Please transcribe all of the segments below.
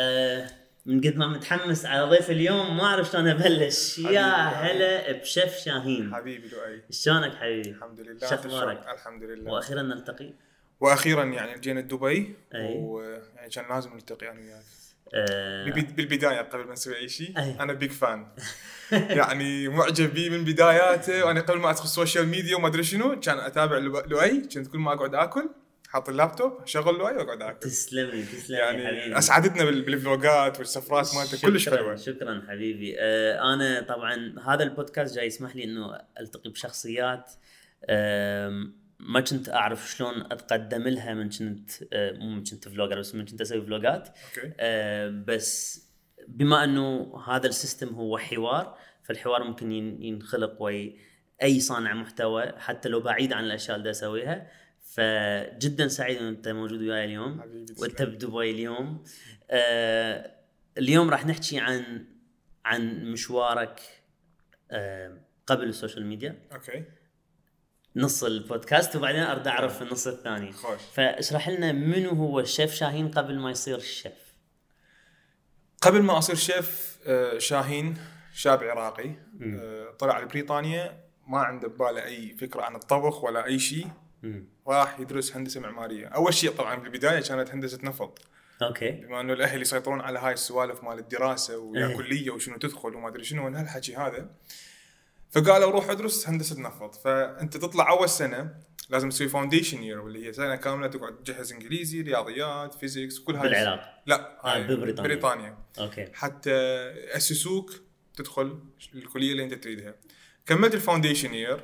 آه من قد ما متحمس على ضيف اليوم ما اعرف شلون ابلش يا هلا بشف شاهين حبيبي لؤي شلونك حبيبي؟ الحمد لله شو أخبارك؟ الحمد لله واخيرا نلتقي واخيرا يعني جينا دبي أي. ويعني كان لازم نلتقي انا وياك آه بالبد- بالبدايه قبل ما نسوي اي شيء أي. انا بيج فان يعني معجب بيه من بداياته وانا قبل ما ادخل السوشيال ميديا وما ادري شنو كان اتابع لو- لؤي كنت كل ما اقعد اكل حاط اللابتوب شغل لؤي واقعد اكل تسلم لي تسلم لي حبيبي يعني اسعدتنا بال- بالفلوجات والسفرات مالته كلش شكراً- حلوه شكرا حبيبي آه انا طبعا هذا البودكاست جاي يسمح لي انه التقي بشخصيات آم، ما كنت اعرف شلون اتقدم لها من كنت آه، مو من كنت فلوجر بس من كنت اسوي فلوجات اوكي آه، بس بما انه هذا السيستم هو حوار فالحوار ممكن ين- ينخلق ويا اي صانع محتوى حتى لو بعيد عن الاشياء اللي دا اسويها فجدا سعيد ان انت موجود وياي اليوم حبيبي تسلم. وانت بدبي اليوم آه اليوم راح نحكي عن عن مشوارك آه قبل السوشيال ميديا اوكي نص البودكاست وبعدين ارد اعرف في النص الثاني خوش فاشرح لنا منو هو الشيف شاهين قبل ما يصير الشيف قبل ما اصير شيف آه، شاهين شاب عراقي مم. آه، طلع لبريطانيا ما عنده بباله اي فكره عن الطبخ ولا اي شيء مم. راح يدرس هندسه معماريه اول شيء طبعا بالبدايه كانت هندسه نفط اوكي بما انه الاهل يسيطرون على هاي السوالف مال الدراسه إيه. ويا كليه وشنو تدخل وما ادري شنو من هالحكي هذا فقالوا روح ادرس هندسه نفط فانت تطلع اول سنه لازم تسوي فاونديشن يير واللي هي سنه كامله تقعد تجهز انجليزي رياضيات فيزيكس كل هاي بالعراق لا آه، هاي ببريطانيا. بريطانيا اوكي حتى اسسوك تدخل الكليه اللي انت تريدها كملت الفاونديشن يير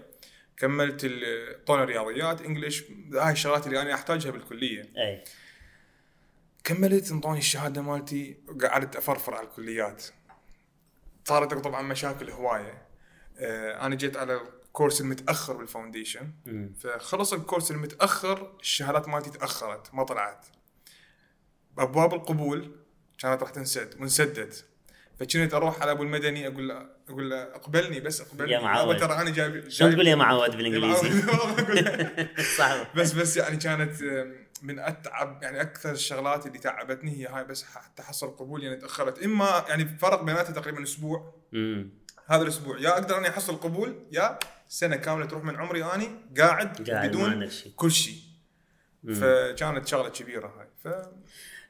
كملت ال- طون الرياضيات انجلش هاي الشغلات اللي انا احتاجها بالكليه اي كملت انطوني الشهاده مالتي قعدت افرفر على الكليات صارت طبعا مشاكل هوايه آه، انا جيت على الكورس المتاخر بالفاونديشن مم. فخلص الكورس المتاخر الشهادات مالتي تاخرت ما طلعت ابواب القبول كانت راح تنسد وانسدت فكنت اروح على ابو المدني اقول له اقول له اقبلني بس اقبلني يا معود. أبا ترى انا جايب شلون تقول يا جايب- معود يا بالانجليزي؟ معود. والله أقول له. صعب بس بس يعني كانت آم، من اتعب يعني اكثر الشغلات اللي تعبتني هي هاي بس حتى حصل قبول يعني تاخرت اما يعني فرق بيناتها تقريبا اسبوع مم. هذا الاسبوع يا اقدر اني احصل قبول يا سنه كامله تروح من عمري اني قاعد, قاعد ما بدون عندك شيء كل شيء مم. فكانت شغله كبيره هاي ف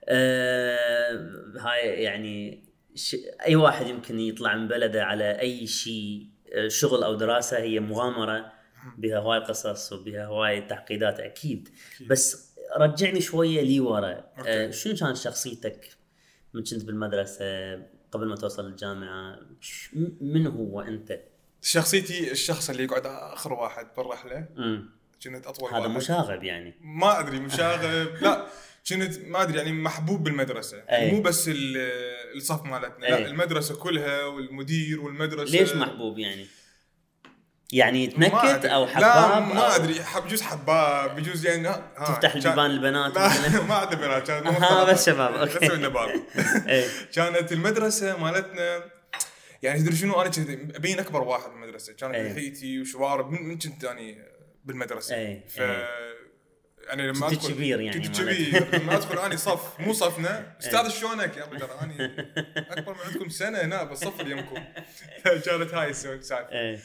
آه هاي يعني ش... اي واحد يمكن يطلع من بلده على اي شيء آه، شغل او دراسه هي مغامره بها هواي قصص وبها هواي تعقيدات اكيد بس رجعني شويه لي ورا آه أوكي. شنو كانت شخصيتك من كنت بالمدرسه قبل ما توصل للجامعه ش... م- من هو انت؟ شخصيتي الشخص اللي يقعد اخر واحد بالرحله مم. كنت اطول هذا واحد مشاغب يعني ما ادري مشاغب لا كنت ما ادري يعني محبوب بالمدرسه أي. مو بس ال- الصف مالتنا أي. لا المدرسه كلها والمدير والمدرسه ليش محبوب يعني؟ يعني ما تنكت أدري. او لا حباب أو ما ادري حب- بجوز حباب بجوز يعني ها ها، تفتح كان- البيبان البنات مثلا لا ما عندي بنات كانت ها، بس شباب، بس أوكي. من باب إيه. كانت المدرسه مالتنا يعني تدري شنو انا كنت ابين اكبر واحد بالمدرسه كانت أي. لحيتي وشوارب من من كنت اني بالمدرسه أي، ف أي. يعني لما إيه. كنت ادخل كبير يعني كنت مالتنا. إيه. كبير لما ادخل اني صف مو صفنا استاذ شلونك يا ابو ترى اني اكبر من عندكم سنه هنا بالصف اللي يمكم كانت هاي السالفه إيه.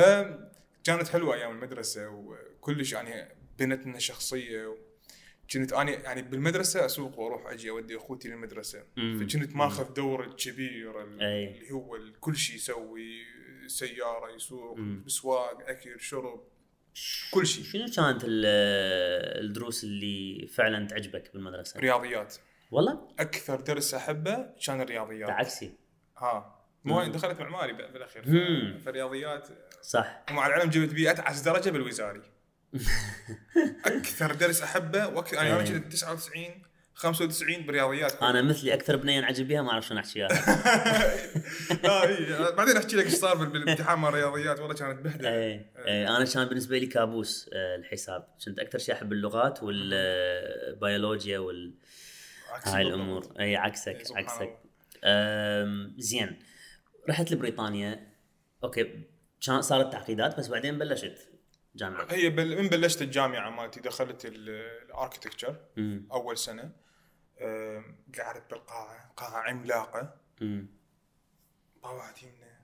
فكانت حلوه ايام المدرسه وكلش يعني بنت لنا شخصيه و... كنت اني يعني بالمدرسه اسوق واروح اجي اودي اخوتي للمدرسه مم. فكنت ماخذ دور الكبير ال- أي. اللي هو ال- كل شيء يسوي سياره يسوق مم. سواق اكل شرب كل شيء شنو كانت ال- الدروس اللي فعلا تعجبك بالمدرسه؟ رياضيات والله اكثر درس احبه كان الرياضيات بعكسي ها مو أنا دخلت معماري ب- بالاخير مم. فالرياضيات صح ومع العلم جبت بيه اتعس درجه بالوزاري اكثر درس احبه واكثر يعني انا إيه. كنت 99 95 بالرياضيات انا مثلي اكثر بنيه انعجب بها ما اعرف شلون احكي اياها لا إيه. بعدين احكي لك ايش صار بال- بالامتحان مال الرياضيات والله كانت بهدله إيه. إيه. انا كان بالنسبه لي كابوس آه، الحساب كنت اكثر شيء احب اللغات والبيولوجيا وال عكس هاي بالضبط. الامور اي عكسك إي، إيه، سبحان عكسك الله. أم، زين رحت لبريطانيا اوكي كان صارت تعقيدات بس بعدين بلشت جامعه هي بل... من بلشت الجامعه مالتي دخلت الاركتكتشر أمم، اول سنه آم، قعدت بالقاعه قاعه عملاقه امم طلعت يمنا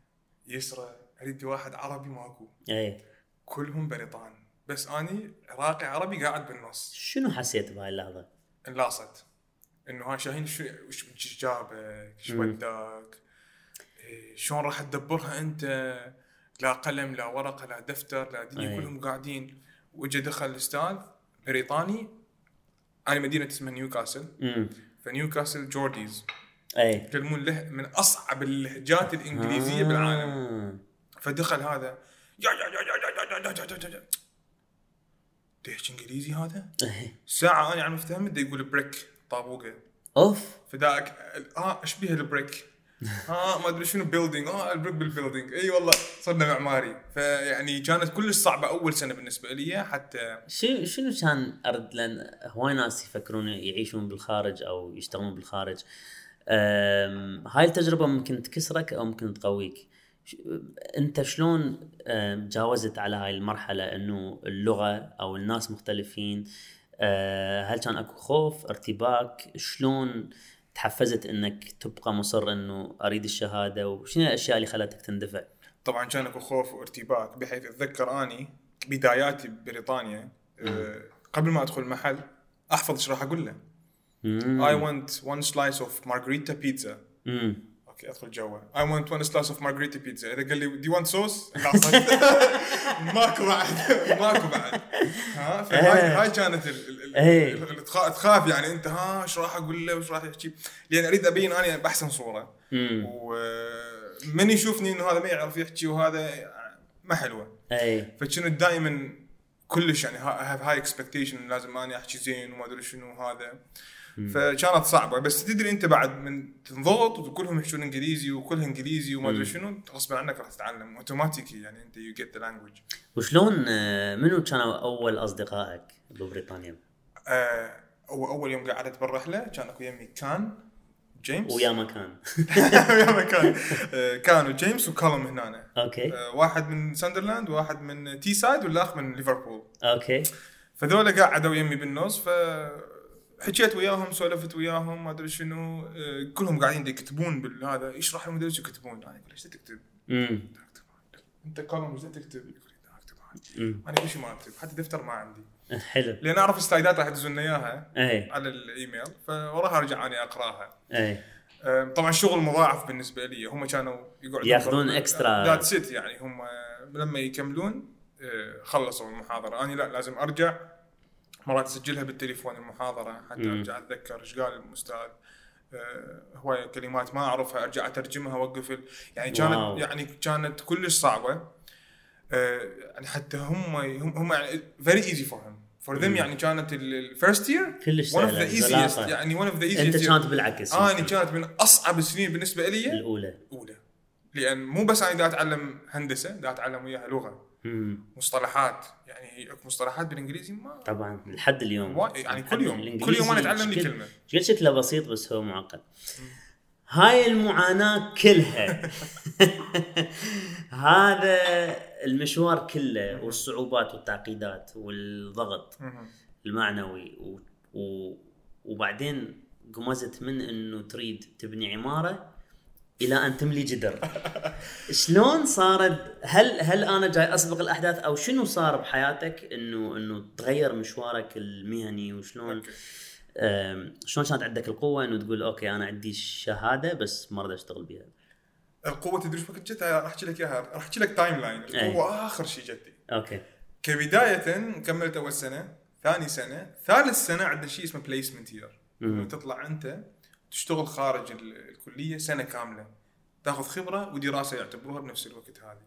يسرى اريد واحد عربي ماكو اي كلهم بريطان بس اني عراقي عربي قاعد بالنص شنو حسيت بهاي اللحظه؟ انلاصت انه ها شاهين شو وش وش جابك؟ ايش مم. وداك؟ إيه، شلون راح تدبرها انت؟ لا قلم لا ورقه لا دفتر لا دنيا أي. كلهم قاعدين واجا دخل الاستاذ بريطاني انا مدينه اسمها نيوكاسل امم فنيوكاسل جورديز اي يتكلمون له من اصعب اللهجات الانجليزيه آه. بالعالم فدخل هذا يا يا يا يا- يا يا يا يا- يا- يا يا ليش انجليزي هذا؟ ساعه انا على المفتاح مده يقول بريك طابوقه اوف فداك اه اشبيه البريك اه ما ادري شنو بيلدينج اه البريك بالبيلدينج اي والله صرنا معماري فيعني كانت كلش صعبه اول سنه بالنسبه لي حتى شنو شنو كان ارد لان هواي ناس يفكرون يعيشون بالخارج او يشتغلون بالخارج أم، هاي التجربه ممكن تكسرك او ممكن تقويك ش- انت شلون أم، جاوزت على هاي المرحله انه اللغه او الناس مختلفين أه، هل كان اكو خوف ارتباك شلون تحفزت انك تبقى مصر انه اريد الشهاده وشنو الاشياء اللي خلتك تندفع طبعا كان اكو خوف وارتباك بحيث اتذكر اني بداياتي ببريطانيا آه قبل ما ادخل المحل احفظ ايش راح اقول له اي ونت وان سلايس اوف مارغريتا بيتزا امم اوكي ادخل جوا اي ونت وان سلايس اوف مارغريتا بيتزا اذا قال لي دي وانت صوص ماكو بعد ماكو بعد ها فهاي إيه. هاي كانت ال- ال- إيه. ال- ال- تخا- تخاف يعني انت ها ايش راح اقول له وش راح يحكي لان اريد ابين اني باحسن صوره امم ومن يشوفني انه هذا ما يعرف يحكي وهذا ما حلوه اي فكنت دائما كلش يعني هاف هاي اكسبكتيشن لازم اني احكي زين وما ادري شنو هذا فكانت صعبه بس تدري انت بعد من تنضغط وكلهم يحشون انجليزي وكلها انجليزي وما ادري شنو غصبا عنك راح تتعلم اوتوماتيكي يعني انت يو جيت ذا لانجوج وشلون آه، منو كانوا اول اصدقائك ببريطانيا؟ اول آه، يوم قعدت بالرحله كان اكو يمي كان جيمس ويا مكان ويا كان آه، كان وجيمس وكالم هنا آه، اوكي واحد من ساندرلاند وواحد من تي سايد والاخ من ليفربول اوكي فذولا قعدوا يمي بالنص ف حكيت وياهم سولفت وياهم ما ادري شنو آه، كلهم قاعدين يكتبون بالهذا يشرح المدرس يكتبون انا اقول ليش تكتب؟ امم اكتب عندك. انت قلم ايش تكتب؟ يقول لي لا اكتب عندي أمم. انا كل شيء ما اكتب حتى دفتر ما عندي حلو إيه، لان اعرف سلايدات راح يدزون لنا اياها اي على الايميل فوراها ارجع اني اقراها اي أم، طبعا الشغل مضاعف بالنسبه لي هم كانوا يقعدون ياخذون إكسترا. ذاتس ات يعني هم لما يكملون أه، خلصوا المحاضره انا لا لازم ارجع مرات اسجلها بالتليفون المحاضره حتى مم. ارجع اتذكر ايش قال الاستاذ أه، هواية كلمات ما اعرفها ارجع اترجمها اوقف ال- يعني كانت واو. يعني كانت كلش صعبه أه، يعني حتى هم هم, هم يعني فيري ايزي فور هم فور ذيم يعني كانت الفيرست يير كلش ون اوف سهلة، ذا ايزيست زلاقة. يعني ون اوف ذا انت ايزيست كانت بالعكس اني آه، يعني كانت من اصعب السنين بالنسبه لي الاولى الاولى لان مو بس انا دا اتعلم هندسه دا اتعلم وياها لغه امم مصطلحات يعني هي اكو مصطلحات بالانجليزي ما طبعا لحد اليوم وا- يعني كل يوم- الإنجليزي كل يوم أنا أتعلم لي شكل- كلمة. شكل شكله بسيط بس هو معقد هاي المعاناة كلها هذا المشوار كله والصعوبات والتعقيدات والضغط مهم. المعنوي و... و... وبعدين قمزت من انه تريد تبني عماره الى ان تملي جدر شلون صارت هل هل انا جاي اسبق الاحداث او شنو صار بحياتك انه انه تغير مشوارك المهني وشلون أوكي. أم، شلون كانت عندك القوه انه تقول اوكي انا عندي شهاده بس ما اريد اشتغل بيها القوه تدري شو كنت جتها راح احكي لك اياها راح احكي لك تايم لاين القوه اخر شيء جتني اوكي كبدايه كملت اول سنه ثاني سنه ثالث سنه عندنا شيء اسمه بليسمنت يير مم. تطلع انت تشتغل خارج ال- الكليه سنه كامله تاخذ خبره ودراسه يعتبروها بنفس الوقت هذه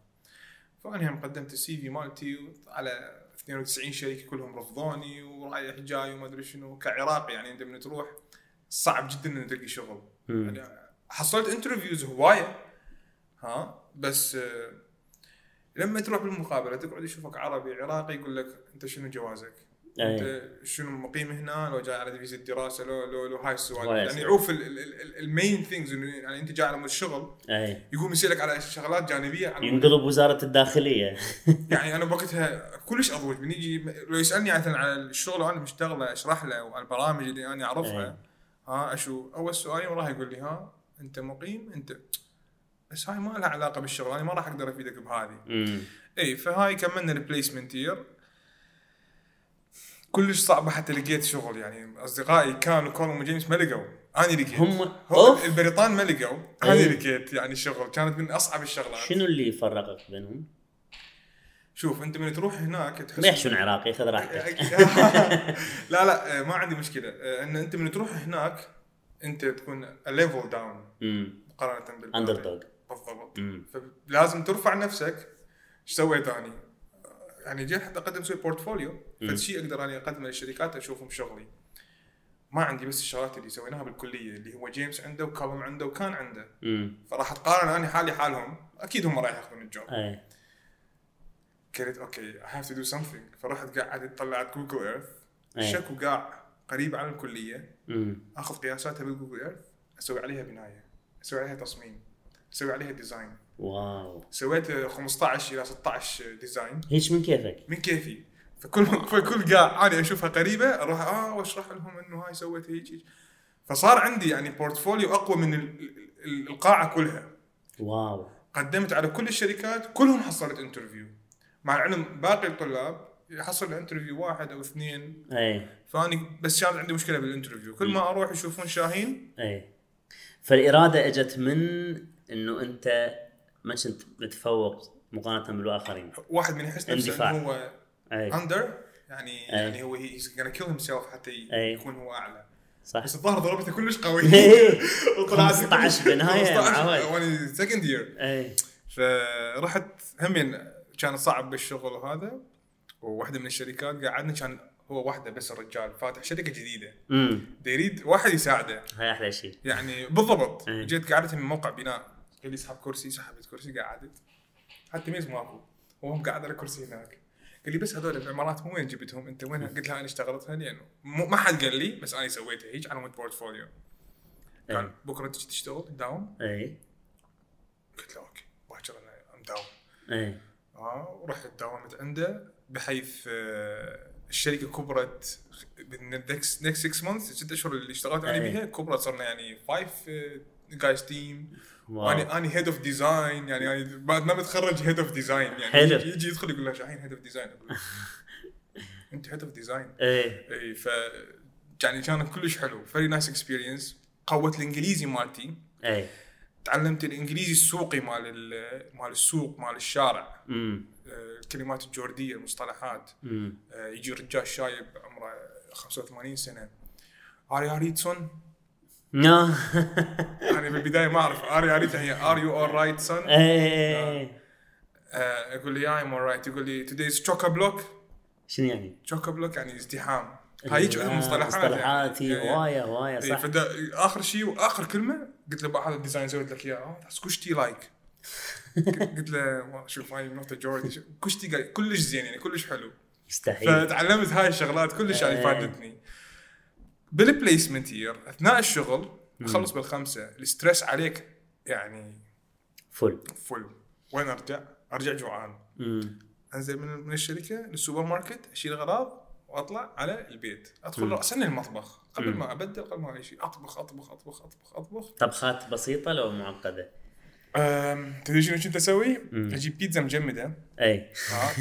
فانا هم قدمت السي في مالتي على 92 شركه كلهم رفضوني ورايح جاي وما ادري شنو كعراقي يعني انت من تروح صعب جدا ان تلقي شغل مم. يعني حصلت انترفيوز هوايه ها بس آه، لما تروح بالمقابله تقعد يشوفك عربي عراقي يقول لك انت شنو جوازك؟ أي. انت شنو مقيم هنا لو جاي على فيزا الدراسه لو لو لو هاي السؤال هاي يعني السؤال. يعوف المين ثينجز انه يعني انت جاي على مود الشغل اي يقوم يسالك على شغلات جانبيه عن ينقلب وزاره الداخليه يعني انا بوقتها كلش اضوج بنيجي لو يسالني مثلا على الشغل وانا مشتغله اشرح له وعلى البرامج اللي انا اعرفها ها اشو اول سؤالي راح يقول لي ها انت مقيم انت بس هاي ما لها علاقه بالشغل انا ما راح اقدر افيدك بهذه امم اي فهاي كملنا البليسمنت يير كلش صعبه حتى لقيت شغل يعني اصدقائي كانوا كولم وجيمس ما لقوا انا لقيت هم- هم أوف. البريطان ما لقوا إي. انا لقيت يعني شغل كانت من اصعب الشغلات شنو اللي فرقك بينهم؟ شوف انت من تروح هناك ما تحس يحشون عراقي خذ راحتك لا لا آه، ما عندي مشكله آه، ان انت من تروح هناك انت تكون ليفل داون امم مقارنه بال اندر دوغ بالضبط امم فلازم ترفع نفسك ايش سويت اني؟ يعني جيت حتى اقدم سوي بورتفوليو مم. فشي اقدر اني اقدمه للشركات اشوفهم شغلي ما عندي بس الشغلات اللي سويناها بالكليه اللي هو جيمس عنده وكالم عنده وكان عنده امم فراح اتقارن اني حالي حالهم اكيد هم راح ياخذون الجوب اي قلت اوكي اي هاف تو دو سمثينج فرحت قاعد طلعت جوجل ايرث أي. شكو قاع قريب على الكليه امم اخذ قياساتها بالجوجل ايرث اسوي عليها بنايه اسوي عليها تصميم اسوي عليها ديزاين واو سويت 15 الى 16 ديزاين هيك من كيفك من كيفي فكل فكل قاع انا اشوفها قريبه اروح اه واشرح لهم انه هاي سويت هيك هيك. فصار عندي يعني بورتفوليو اقوى من ال- ال- القاعه كلها واو قدمت على كل الشركات كلهم حصلت انترفيو مع العلم باقي الطلاب يحصل انترفيو واحد او اثنين اي فاني بس كان عندي مشكله بالانترفيو كل ما اروح يشوفون شاهين اي فالاراده اجت من انه انت ما كنت متفوق مقارنه بالاخرين واحد من يحس نفسه اندفاع. انه هو اي اندر يعني أي. يعني هو هيز gonna kill himself حتى أي. يكون هو اعلى صح بس الظاهر ضربته كلش قوي وطلعت 15 بالنهاية يا 15 معود. وانا سكند يير اي فرحت همين كان صعب بالشغل وهذا وواحده من الشركات قعدنا كان هو واحده بس الرجال فاتح شركه جديده امم دا يريد واحد يساعده هاي احلى شيء يعني بالضبط إيه. جيت قعدت من موقع بناء قال لي اسحب كرسي سحبت كرسي قعدت حتى ميز ماكو وهم قاعد على كرسي هناك قال لي بس هذول العمارات من وين جبتهم انت وين قلت لها انا اشتغلتها لانه مو- ما حد قال لي بس انا سويتها هيك على مود بورتفوليو قال إيه. بكره تجي تشتغل داون اي قلت له اوكي باكر انا ام داون اي اه ورحت داومت عنده بحيث آه، الشركه كبرت بالنكست نكست 6 مانثs الست اشهر اللي اشتغلت انا إيه. بيها كبرت صرنا يعني فايف جايز تيم واو انا انا هيد اوف ديزاين يعني يعني بعد ما بتخرج هيد اوف ديزاين يعني حلو. يجي, يجي يدخل يقول له شاهين هيد اوف ديزاين انت هيد اوف ديزاين اي اي ف يعني كانت كلش حلو فيري نايس اكسبيرينس قوت الانجليزي مالتي اي تعلمت الانجليزي السوقي مال ال- مال السوق مال الشارع امم آه، الكلمات الجورديه المصطلحات امم آه، يجي رجال شايب عمره 85 سنه اري اريتسون نا يعني بالبدايه ما اعرف اري اريتسون هي ار يو اول رايت سون اي آه، يقول لي ايم رايت يقول لي توداي از تشوكا بلوك شنو يعني؟ تشوكا بلوك يعني ازدحام هاي هيك آه، مصطلحات مصطلحات هي يعني. هوايه هوايه إيه، صح فدا- اخر شيء واخر كلمه قلت له بقى هذا الديزاين سويت لك اياه آه، بس كشتي لايك قلت له والله شوف هاي نقطه جوردي شوف، كشتي قال- كلش زين يعني كلش حلو مستحيل فتعلمت هاي الشغلات كلش يعني إيه. فادتني بالبليسمنت يير اثناء الشغل اخلص بالخمسه الستريس عليك يعني فل فل وين ارجع؟ ارجع جوعان امم انزل من من الشركه للسوبر ماركت اشيل اغراض واطلع على البيت ادخل راسا للمطبخ قبل مم. ما ابدل قبل ما اي شيء اطبخ اطبخ اطبخ اطبخ اطبخ طبخات بسيطه لو معقده؟ أم، تدري شنو كنت اسوي؟ مم. اجيب بيتزا مجمده اي ها،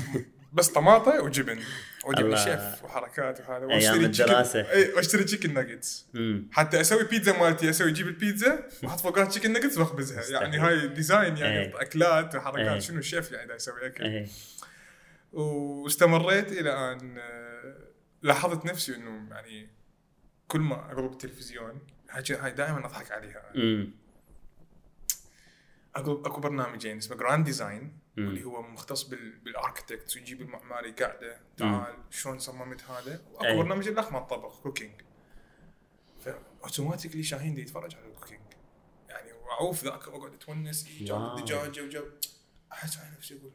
بس طماطه وجبن واجيب الله. شيف وحركات وهذا إيه، أيام الدراسة. اي واشتري تشيكن ناجتس امم حتى اسوي بيتزا مالتي اسوي اجيب البيتزا واحط فوقها تشيكن ناجتس واخبزها مستحيل. يعني هاي ديزاين يعني إيه. اكلات إيه. وحركات شنو الشيف يعني دا يسوي اكل اي واستمريت الى ان آه، لاحظت نفسي انه يعني كل ما اقرب التلفزيون هاي- هاي دائما اضحك عليها امم اقرب اكو برنامجين اسمه جراند ديزاين مم. واللي هو مختص بال- بالاركتكت ويجيب المعماري قاعده تعال شلون صممت هذا أي. واكو برنامج اللي مال الطبخ كوكينج فاوتوماتيكلي شاهين دي يتفرج على الكوكينج يعني واعوف ذاك واقعد اتونس إي، جاب واو. الدجاجه وجاب احس على نفسي اقول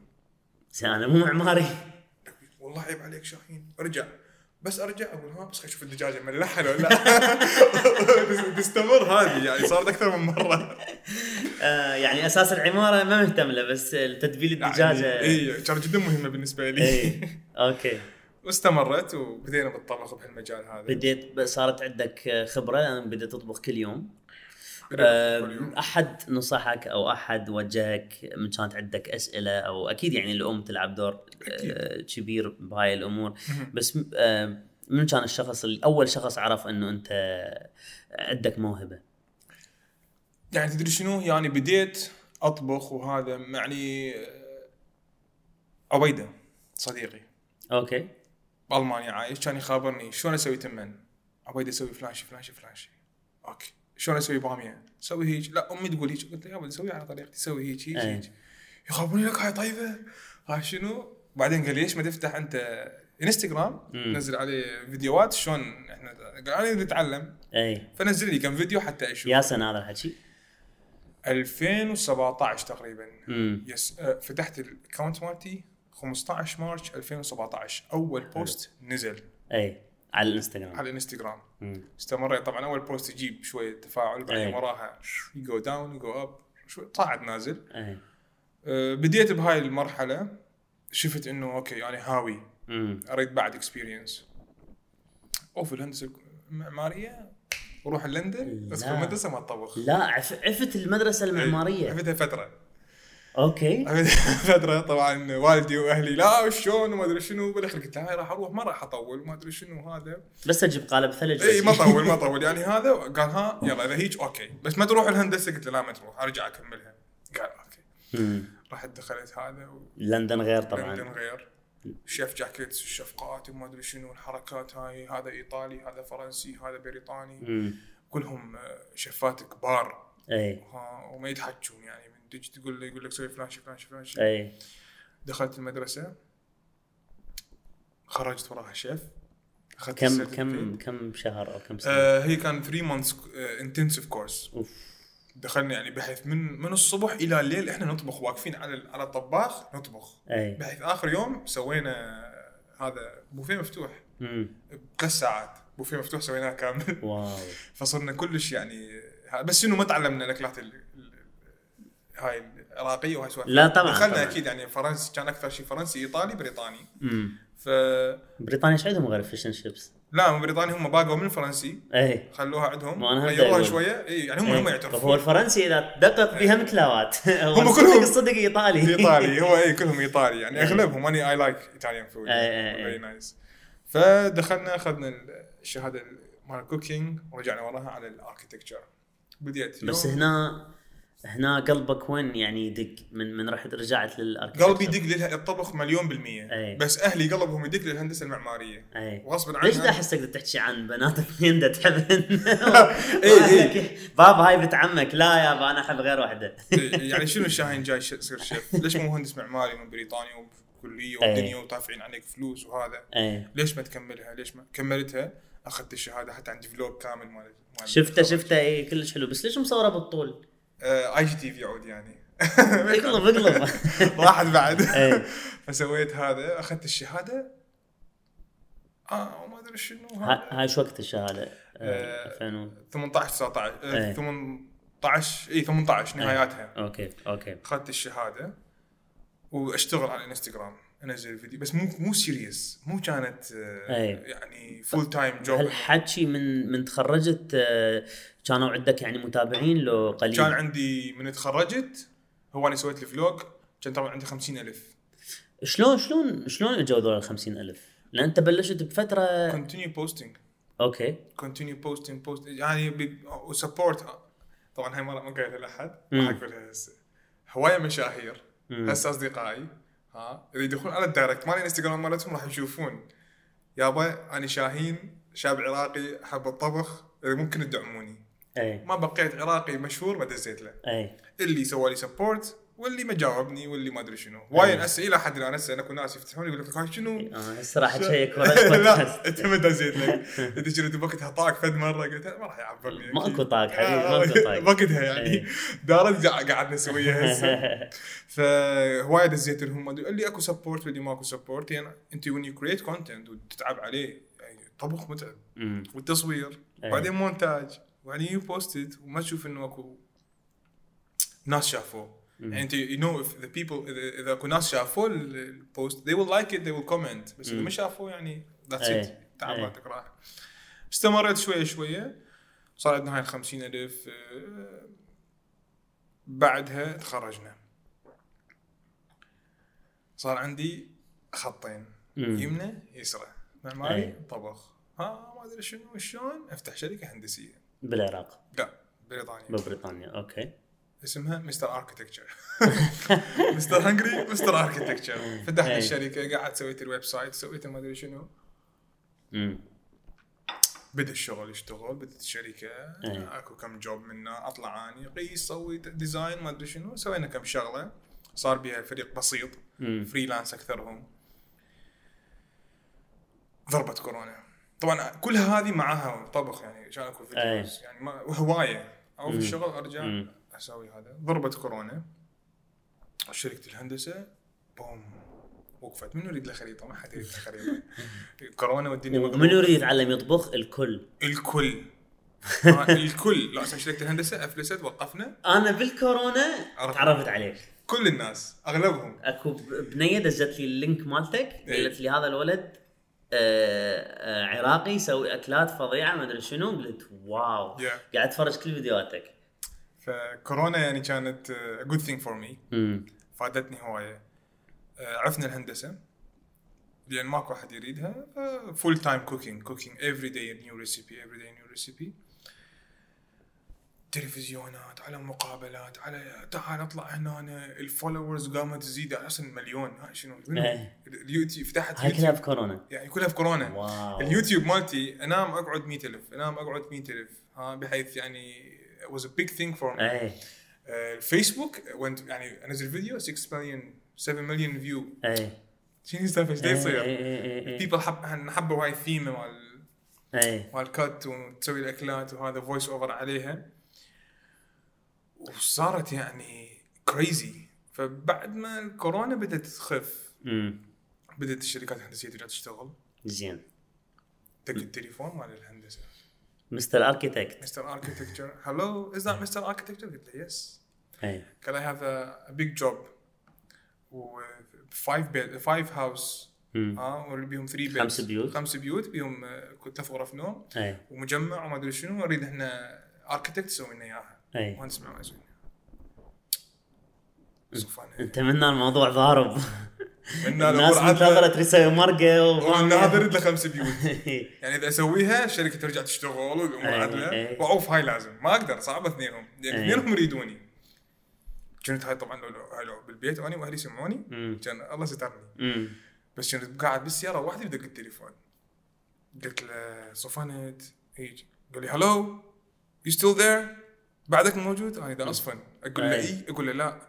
انا مو معماري والله عيب عليك شاهين ارجع بس ارجع اقول ها بس خليني اشوف الدجاجه ملحه ولا لا تستمر هذه يعني صارت اكثر من مره آه يعني اساس العماره ما يعني مهتم له بس تتبيل الدجاجه إيه. إيه. اي كانت جدا مهمه بالنسبه لي اي اوكي واستمرت وبدينا بالطبخ بهالمجال هذا بديت ب- صارت عندك خبره لان بديت تطبخ كل يوم آه، بدينا بالطبخ كل يوم. احد نصحك او احد وجهك من كانت عندك اسئله او اكيد يعني الام تلعب دور آه، كبير بهاي الامور بس م- آه، من كان الشخص اللي- اول شخص عرف انه انت عندك موهبه يعني تدري شنو يعني بديت اطبخ وهذا يعني عبيده صديقي اوكي بالمانيا عايش آه، كان يخابرني شلون اسوي تمن؟ عبيد اسوي فلاشي فلاشي فلاشي اوكي شلون اسوي باميه؟ سوي هيك لا امي تقول هيك قلت لها يابا سوي على طريقتي سوي هيك هيك أي. هيك يخابرني لك هاي طيبه هاي شنو؟ بعدين قال ليش ما تفتح انت انستغرام مم. تنزل عليه فيديوهات شلون احنا قال انا بدي اتعلم اي فنزل لي كم فيديو حتى اشوف يا سنه إيه. هذا الحكي 2017 تقريبا امم يس آه، فتحت الاكونت مالتي 15 مارش 2017 اول بوست نزل اي على الانستغرام على الانستغرام مم. إيه. استمريت طبعا اول بوست يجيب شويه تفاعل بعدين أي. وراها يجو داون يجو اب شوي صاعد نازل اي أه، بديت بهاي المرحله شفت انه اوكي انا هاوي امم اريد بعد اكسبيرينس او في الهندسه المعماريه وروح لندن بس في لا. المدرسه ما تطبخ لا عف... عفت المدرسه المعماريه عفتها فتره اوكي عفتها فتره طبعا والدي واهلي لا شلون وما ادري شنو بالاخر قلت لا راح اروح ما راح اطول ما ادري شنو هذا بس اجيب قالب ثلج اي إيه، ما طول ما طول يعني هذا قال ها يلا اذا هيك اوكي بس ما تروح الهندسه قلت له لا ما تروح ارجع اكملها قال اوكي مم. رحت دخلت هذا لندن غير ولندن طبعا غير شيف جاكيتس الشفقات وما ادري شنو الحركات هاي هذا ايطالي هذا فرنسي هذا بريطاني امم كلهم آه، شيفات كبار اي ها، وما يتحجون يعني من تجي تقول له يقول لك سوي فلان شي، فلان شي، فلان شي. اي دخلت المدرسه خرجت وراها شيف اخذت كم السيرتيفيكت. كم كم شهر او كم سنه؟ آه، هي كان 3 مانثس انتنسيف كورس اوف دخلنا يعني بحيث من من الصبح الى الليل احنا نطبخ واقفين على ال- على الطباخ نطبخ اي بحيث اخر يوم سوينا هذا بوفيه مفتوح امم بثلاث ساعات بوفيه مفتوح سويناه كامل واو فصرنا كلش يعني ها- بس انه ما تعلمنا الاكلات ال- ال- هاي العراقيه وهاي سوالف لا طبعا دخلنا طبعاً. اكيد يعني فرنسي كان اكثر شيء فرنسي ايطالي بريطاني امم ف بريطانيا ايش عندهم غير فيشن شيبس؟ لا من بريطانيا هم باقوا من الفرنسي اي خلوها عندهم ما أنا هبدأ غيروها أقول. إيه. شويه اي يعني هم إي. هم هو يعترفون إيه. الفرنسي اذا دقق بهم كلاوات هم كلهم- صدق ايطالي ايطالي هو اي كلهم ايطالي يعني إيه. اغلبهم اني اي لايك ايطاليان فود إيه إيه إيه. فيري نايس فدخلنا اخذنا الشهاده مال الكوكينج ورجعنا وراها على الاركتكتشر بديت بس يوم- هنا هنا قلبك وين يعني يدق من من رحت رجعت للاركتيكتشر قلبي يدق للطبخ مليون بالمية إيه. بس اهلي قلبهم يدق للهندسه المعماريه اي وغصبا ليش دا عنها احسك دا تحكي عن بناتك هند تحبهن؟ إي باب هاي بنت عمك لا يابا انا احب غير واحده إيه، يعني شنو الشاهين جاي ش- يصير شيف ليش مو مهندس معماري من بريطانيا وكليه إيه. ودنيا وطافعين عليك فلوس وهذا اي ليش ما تكملها ليش ما كملتها اخذت الشهاده حتى عندي فلوج كامل مال مال- شفته شفته اي كلش حلو بس ليش مصوره بالطول؟ اي جي تي في عود يعني اقلب اقلب راحت بعد إيه. فسويت هذا اخذت الشهاده اه وما ادري شنو ها- هذا هاي شو وقت الشهاده؟ آه، 2000 و- 18 19 إيه. آه، 18 اي 18 نهاياتها اوكي اوكي اخذت الشهاده واشتغل على الانستغرام انزل فيديو بس مو مو سيريس مو كانت آه، إيه. يعني فول تايم جوب هالحكي من من تخرجت آه، كانوا عندك يعني متابعين لو قليل؟ كان عندي من تخرجت هو انا سويت الفلوج كان طبعا عندي 50000 شلون شلون شلون اجوا ذول ال 50000 لان انت بلشت بفتره كونتينيو بوستنج اوكي كونتينيو بوستنج بوست يعني وسبورت طبعا هاي مره ما قايلها لاحد مم. ما حقولها هسه هوايه مشاهير مم. هسه اصدقائي ها اذا يدخلون على الدايركت مال الانستغرام مالتهم راح يشوفون يابا انا شاهين شاب عراقي حب الطبخ اذا ممكن تدعموني اي ما بقيت عراقي مشهور ما دزيت له اي اللي سوى لي سبورت واللي ما جاوبني واللي ما ادري شنو وايد هسه الى حد الان هسه اكو ناس يفتحون يقول لك هاي شنو آه، هسه راح شو- اشيك لا وراك انت ما دزيت لك انت شنو بوقتها طاق فد مره قلت ما راح يعبرني ما أكيد. اكو طاق حبيبي، ما آه، اكو طاق. وقتها يعني إيه. دارت قع- قعدنا نسويها هسه فهواي دزيت لهم ما ادري قال لي اكو سبورت ودي ماكو سبورت يعني انت وين يو كريت كونتنت وتتعب عليه يعني طبخ متعب مم. والتصوير إيه. وبعدين مونتاج وبعدين يو بوستد وما تشوف انه اكو ناس شافوه يعني انت يو نو اف ذا بيبل اذا اكو ناس شافوه ال- البوست they will like it they will comment بس اذا ما شافوه يعني that's it أي. تعب أي. وقتك راح استمريت شويه شويه صار عندنا هاي ال 50000 آه، بعدها تخرجنا صار عندي خطين مم. يمنى يسرى أي. معماري طبخ ها ما ادري شنو شلون افتح شركه هندسيه بالعراق لا بريطانيا ببريطانيا اوكي اسمها مستر اركتكتشر مستر هنجري مستر اركتكتشر فتحنا أي. الشركه قعدت سويت الويب سايت سويت ما ادري شنو امم بدا الشغل يشتغل بدت الشركه أي. اكو كم جوب منه اطلع اني قيس سوي ديزاين ما ادري شنو سوينا كم شغله صار بيها فريق بسيط أمم. فريلانس اكثرهم ضربت كورونا طبعا كل هذه معاها طبخ يعني عشان اكو فيديوز يعني ما هوايه او في الشغل ارجع إيه. مم. اسوي هذا ضربت كورونا شركه الهندسه بوم وقفت منو يريد له خريطه ما حد يريد له خريطه كورونا والدنيا ومن مقلوبة. يريد يتعلم يطبخ الكل الكل آه، الكل لو أصلاً شركه الهندسه افلست وقفنا انا بالكورونا عرفت. تعرفت عليك كل الناس اغلبهم اكو بنيه دزت لي اللينك مالتك إيه. قالت لي هذا الولد آه، آه، عراقي يسوي اكلات فظيعه ما ادري شنو قلت واو Yeah. قاعد اتفرج كل فيديوهاتك فكورونا يعني كانت جود ثينج فور مي امم فادتني هوايه آه، عفنا الهندسه لان ماكو احد يريدها Uh, فول تايم كوكينج كوكينج افري داي نيو ريسيبي افري داي نيو ريسيبي تلفزيونات على مقابلات على تعال اطلع هنا الفولورز قامت تزيد اصلا مليون ها شنو إيه. اليوتيوب فتحت هاي يوتيوب كلها بكورونا يعني كلها في كورونا واو. اليوتيوب مالتي انام اقعد 100000 انام اقعد 100000 ها بحيث يعني it was a big thing for me اي آه، الفيسبوك وانت يعني انزل فيديو 6 مليون 7 مليون فيو اي شنو السالفه ايش دا إي- يصير؟ إي- إي- إي- إي. البيبل حب هن- حبوا هاي الثيمه مال اي مال كات وتسوي الاكلات وهذا فويس اوفر عليها وصارت يعني كريزي فبعد ما الكورونا بدات تخف امم بدات الشركات الهندسيه ترجع تشتغل زين دق التليفون مال الهندسه مستر اركيتكت مستر اركتكتشر هلو از ذات مستر اركتكتشر قلت له يس اي Can I have a, a big job? وفايف بيت فايف هاوس امم اه واللي بيهم ثري بيت خمس بيوت. خمس بيوت بيهم آه، كل ثلاث غرف نوم اي ومجمع وما ادري شنو اريد احنا اركتكت يسوي لنا اياها أي. مهندس معماري يسوي لنا إياها. صفان انت منا الموضوع ضارب من الناس انتظرت تسوي مرقه ومن هذا اريد له خمس بيوت يعني اذا اسويها الشركه ترجع تشتغل والامور أي، عدله أي. واعوف هاي لازم ما اقدر صعبه اثنينهم لان أي. اثنينهم يريدوني كنت هاي طبعا لو- لو- هاي لو بالبيت وانا واهلي يسمعوني مم. كان الله سترني امم بس كنت قاعد بالسياره وحدي بدق التليفون قلت له صفنت هيك قال لي هلو يو ستيل ذير بعدك موجود انا اذا اصفن اقول له أي. اي اقول له لا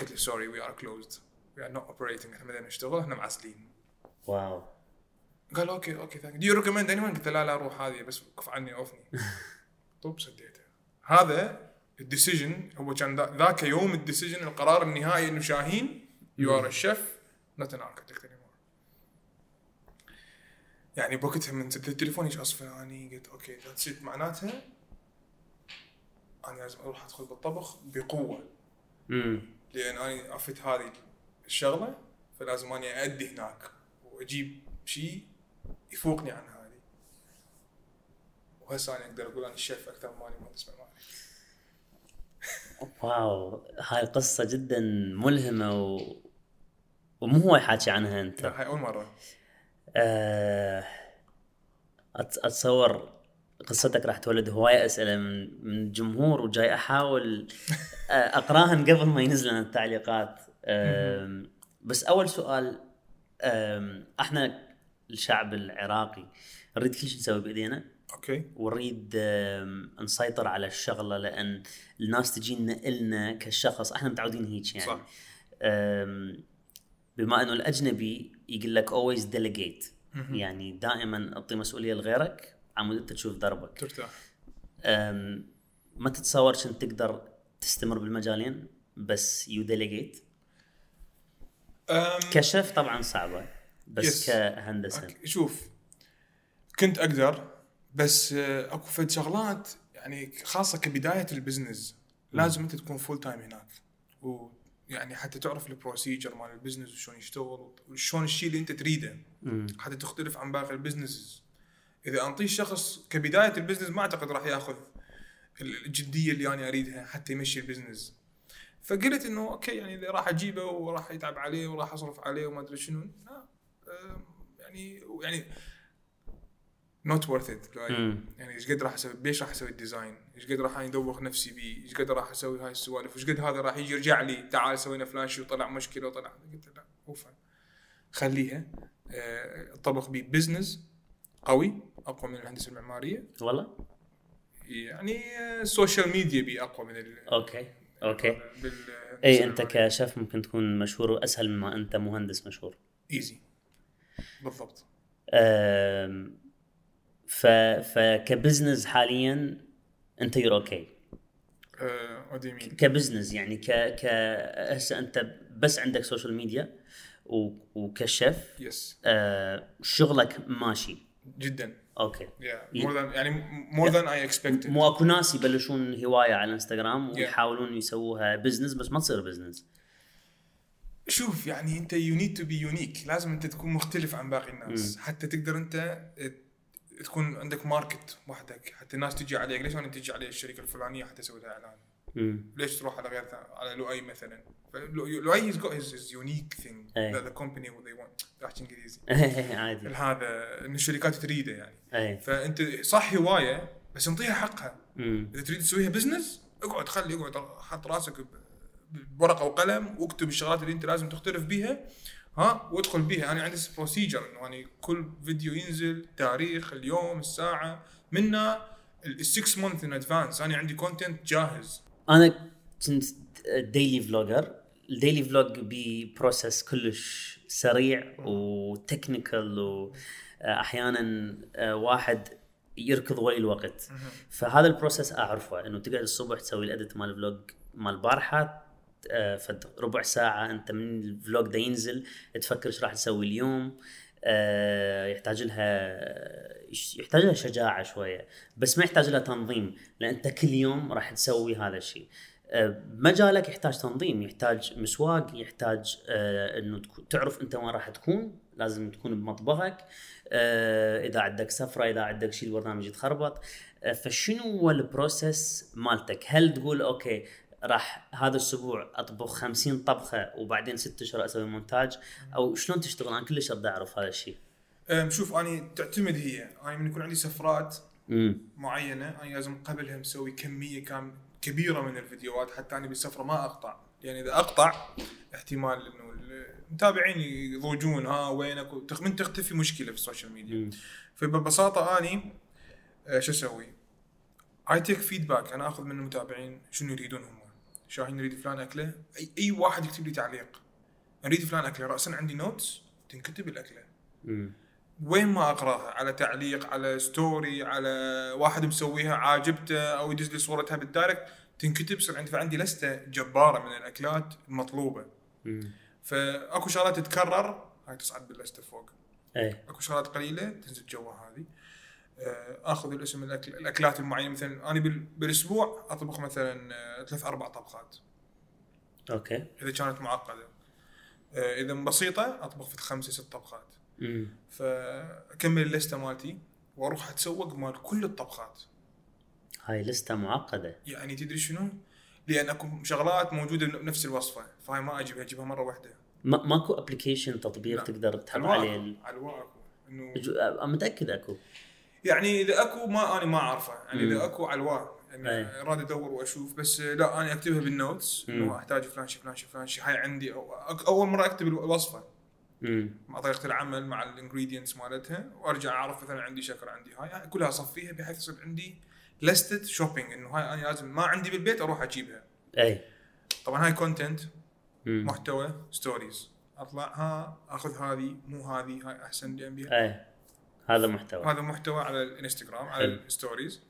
قلت له سوري وي ار كلوزد وي ار نوت اوبريتنج احنا ما بدنا نشتغل احنا معسلين واو قال اوكي اوكي ثانك دو يو ريكومند اني قلت له لا لا روح هذه بس كف عني اوفني طب سديته هذا الديسيجن هو كان ذا- ذاك يوم الديسيجن القرار النهائي انه شاهين يو ار الشيف نوت ان اركتكت يعني بوقتها من سد التليفون ايش اصفن اني قلت اوكي ذاتس ات معناتها انا لازم اروح ادخل بالطبخ بقوه امم لان انا عفت هذه الشغله فلازم اني اادي هناك واجيب شيء يفوقني عن هذه وهسه انا اقدر اقول انا الشيف اكثر ماني مهندس معماري واو هاي قصه جدا ملهمه و... ومو هو حاكي عنها انت لا هاي اول مره آه، أت- اتصور قصتك راح تولد هواية أسئلة من من الجمهور وجاي أحاول آه، أقراهن قبل ما ينزلن التعليقات آم، بس أول سؤال آم، إحنا الشعب العراقي نريد كل شيء نسوي بإيدينا اوكي ونريد آم، نسيطر على الشغلة لأن الناس تجينا إلنا كشخص إحنا متعودين هيك يعني صح. أم، بما انه الاجنبي يقول لك always delegate يعني دائما اعطي مسؤوليه لغيرك عمود انت تشوف دربك ترتاح أم، ما تتصور شن تقدر تستمر بالمجالين بس يو ديليجيت أم، كشف طبعا صعبه بس Yes. كهندسه أك- شوف كنت اقدر بس آه، اكو فد شغلات يعني خاصه كبدايه البزنس لازم انت تكون فول تايم هناك ويعني حتى تعرف البروسيجر مال البزنس وشلون يشتغل وشلون الشيء اللي انت تريده مم. حتى تختلف عن باقي البزنسز اذا انطيه شخص كبدايه البزنس ما اعتقد راح ياخذ الجديه اللي انا اريدها حتى يمشي البزنس فقلت انه اوكي يعني إذا راح اجيبه وراح يتعب عليه وراح اصرف عليه وما ادري شنو لا أم، يعني يعني نوت ورث ات مم. يعني ايش قد راح اسوي ليش راح اسوي الديزاين؟ ايش قد راح أنا ادوخ نفسي بيه؟ ايش قد راح اسوي هاي السوالف؟ وايش قد هذا راح يجي يرجع لي تعال سوينا فلاشي وطلع مشكله وطلع قلت له لا اوفى خليها آه، طبق بيه بزنس قوي اقوى من الهندسه المعماريه والله يعني آه، السوشيال ميديا بيه اقوى من ال... اوكي اوكي بال- اي انت كشيف ممكن تكون مشهور واسهل مما انت مهندس مشهور ايزي بالضبط أم، ف فكبزنس حاليا انت يور اوكي وات يو مين كبزنس يعني ك ك هسه انت بس عندك سوشيال ميديا و... وكشيف يس أه، شغلك ماشي جدا اوكي yeah Yeah. more than يعني more than I expected مو اكو ناس يبلشون هوايه على الانستغرام Yeah. ويحاولون يسووها بزنس بس ما تصير بزنس شوف يعني انت يو نيد تو بي يونيك لازم انت تكون مختلف عن باقي الناس حتى تقدر انت ت- تكون عندك ماركت وحدك حتى الناس تجي عليك ليش انا تجي علي الشركه الفلانيه حتى اسوي لها اعلان امم ليش تروح على غير على لؤي مثلا فلو- لؤي has got his, his unique thing أي. that the company what they want بحكي انجليزي عادي إيه. هذا ان الشركات تريده يعني اي فانت صح هوايه بس انطيها حقها امم اذا تريد تسويها بزنس اقعد خلي اقعد حط راسك ب- بورقه وقلم واكتب الشغلات اللي انت لازم تختلف بيها ها وادخل بيها انا عندي بروسيجر انه يعني كل فيديو ينزل تاريخ اليوم الساعه منه السكس مانث ان ادفانس انا عندي كونتنت جاهز انا كنت ديلي فلوجر الديلي فلوج ببروسس كلش سريع وتكنيكال واحيانا آه، واحد يركض ويا الوقت فهذا البروسس اعرفه انه تقعد الصبح تسوي الاديت مال الفلوج مال البارحه آه، فد ربع ساعه انت من الفلوج ده ينزل تفكر ايش راح تسوي اليوم آه، يحتاج لها يحتاج لها شجاعه شويه بس ما يحتاج لها تنظيم لان انت كل يوم راح تسوي هذا الشيء آه، مجالك يحتاج تنظيم يحتاج مسواق يحتاج آه، انه تكو- تعرف انت وين راح تكون لازم تكون بمطبخك آه، اذا عندك سفره اذا عندك شيء البرنامج يتخربط آه، فشنو هو البروسيس مالتك هل تقول اوكي راح هذا الاسبوع اطبخ 50 طبخه وبعدين ست اشهر اسوي مونتاج او شلون تشتغل انا كلش ابدا اعرف هذا الشيء أم، شوف اني تعتمد هي انا من يكون عندي سفرات امم معينه انا لازم قبلها مسوي كميه كام كبيره من الفيديوهات حتى انا بالسفره ما اقطع يعني اذا اقطع احتمال انه المتابعين يضوجون ها وينك وتخ- من تختفي مشكله في السوشيال ميديا مم. فببساطه اني آه، شو اسوي؟ اي تيك فيدباك انا اخذ من المتابعين شنو يريدون هم شاهين يريد فلان اكله اي اي واحد يكتب لي تعليق اريد فلان اكله راسا عندي نوتس تنكتب الاكله امم وين ما اقراها على تعليق على ستوري على واحد مسويها عاجبته او يدز لي صورتها بالدايركت تنكتب يصير عندي فعندي لسته جباره من الاكلات المطلوبه فاكو شغلات تتكرر هاي تصعد باللسته فوق اي اكو شغلات قليله تنزل جوا هذه آه، اخذ الاسم الأكل الاكلات المعينه مثلا انا بال- بالاسبوع اطبخ مثلا آه، ثلاث اربع طبخات اوكي اذا كانت معقده آه، اذا بسيطه اطبخ في خمسه ست طبخات امم فاكمل الليسته مالتي واروح اتسوق مال كل الطبخات هاي لسته معقده يعني تدري شنو؟ لان اكو شغلات موجوده بنفس الوصفه فهاي ما اجيبها اجيبها مره واحده ما ماكو ابلكيشن تطبيق لا. تقدر تحط أنواع عليه أكو، ال- انواع اكو انه جو- أ- متاكد اكو يعني اذا اكو ما انا ما اعرفه يعني مم. اذا اكو علواء يعني أي. راد ادور واشوف بس لا انا اكتبها بالنوتس مم. انه احتاج فلان شي فلان شي فلان شي هاي عندي أو أك- اول مره اكتب الوصفه امم مع طريقه العمل مع الانجريدينتس مالتها وارجع اعرف مثلا عندي شكر عندي هاي كلها اصفيها بحيث يصير عندي لستة شوبينج انه هاي انا لازم ما عندي بالبيت اروح اجيبها اي طبعا هاي كونتنت ايه. مم. محتوى ستوريز اطلع ها اخذ هذه مو هذه هاي احسن لي بيها اي ايه. هذا محتوى هذا محتوى على الانستغرام على حلو. الستوريز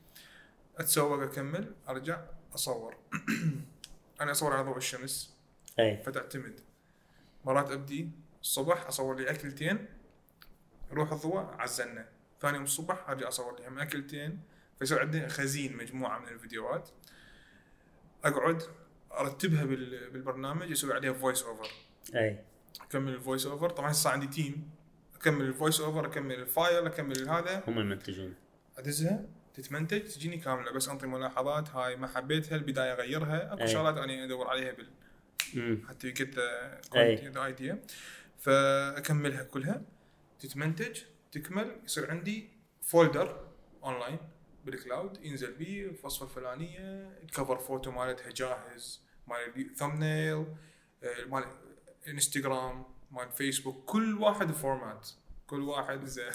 اتسوق اكمل ارجع اصور انا اصور على ضوء الشمس اي فتعتمد مرات ابدي الصبح اصور لي اكلتين روح الضوء عزلنا ثاني يوم الصبح ارجع اصور لي هم اكلتين فيصير عندي خزين مجموعه من الفيديوهات اقعد ارتبها بال- بالبرنامج اسوي عليها فويس اوفر اي اكمل الفويس اوفر طبعا صار عندي تيم اكمل الفويس اوفر اكمل الفايل اكمل هذا هم يمنتجون ادزها تتمنتج تجيني كامله بس انطي ملاحظات هاي ما حبيتها البدايه غيرها اكو أي. شغلات انا ادور عليها بال امم حتى يجت أي. ايديا فاكملها كلها تتمنتج تكمل يصير عندي فولدر اونلاين بالكلاود ينزل بيه الوصفه الفلانيه الكفر فوتو مالتها جاهز مال ثمنيل مال انستغرام مال فيسبوك كل واحد فورمات كل واحد زين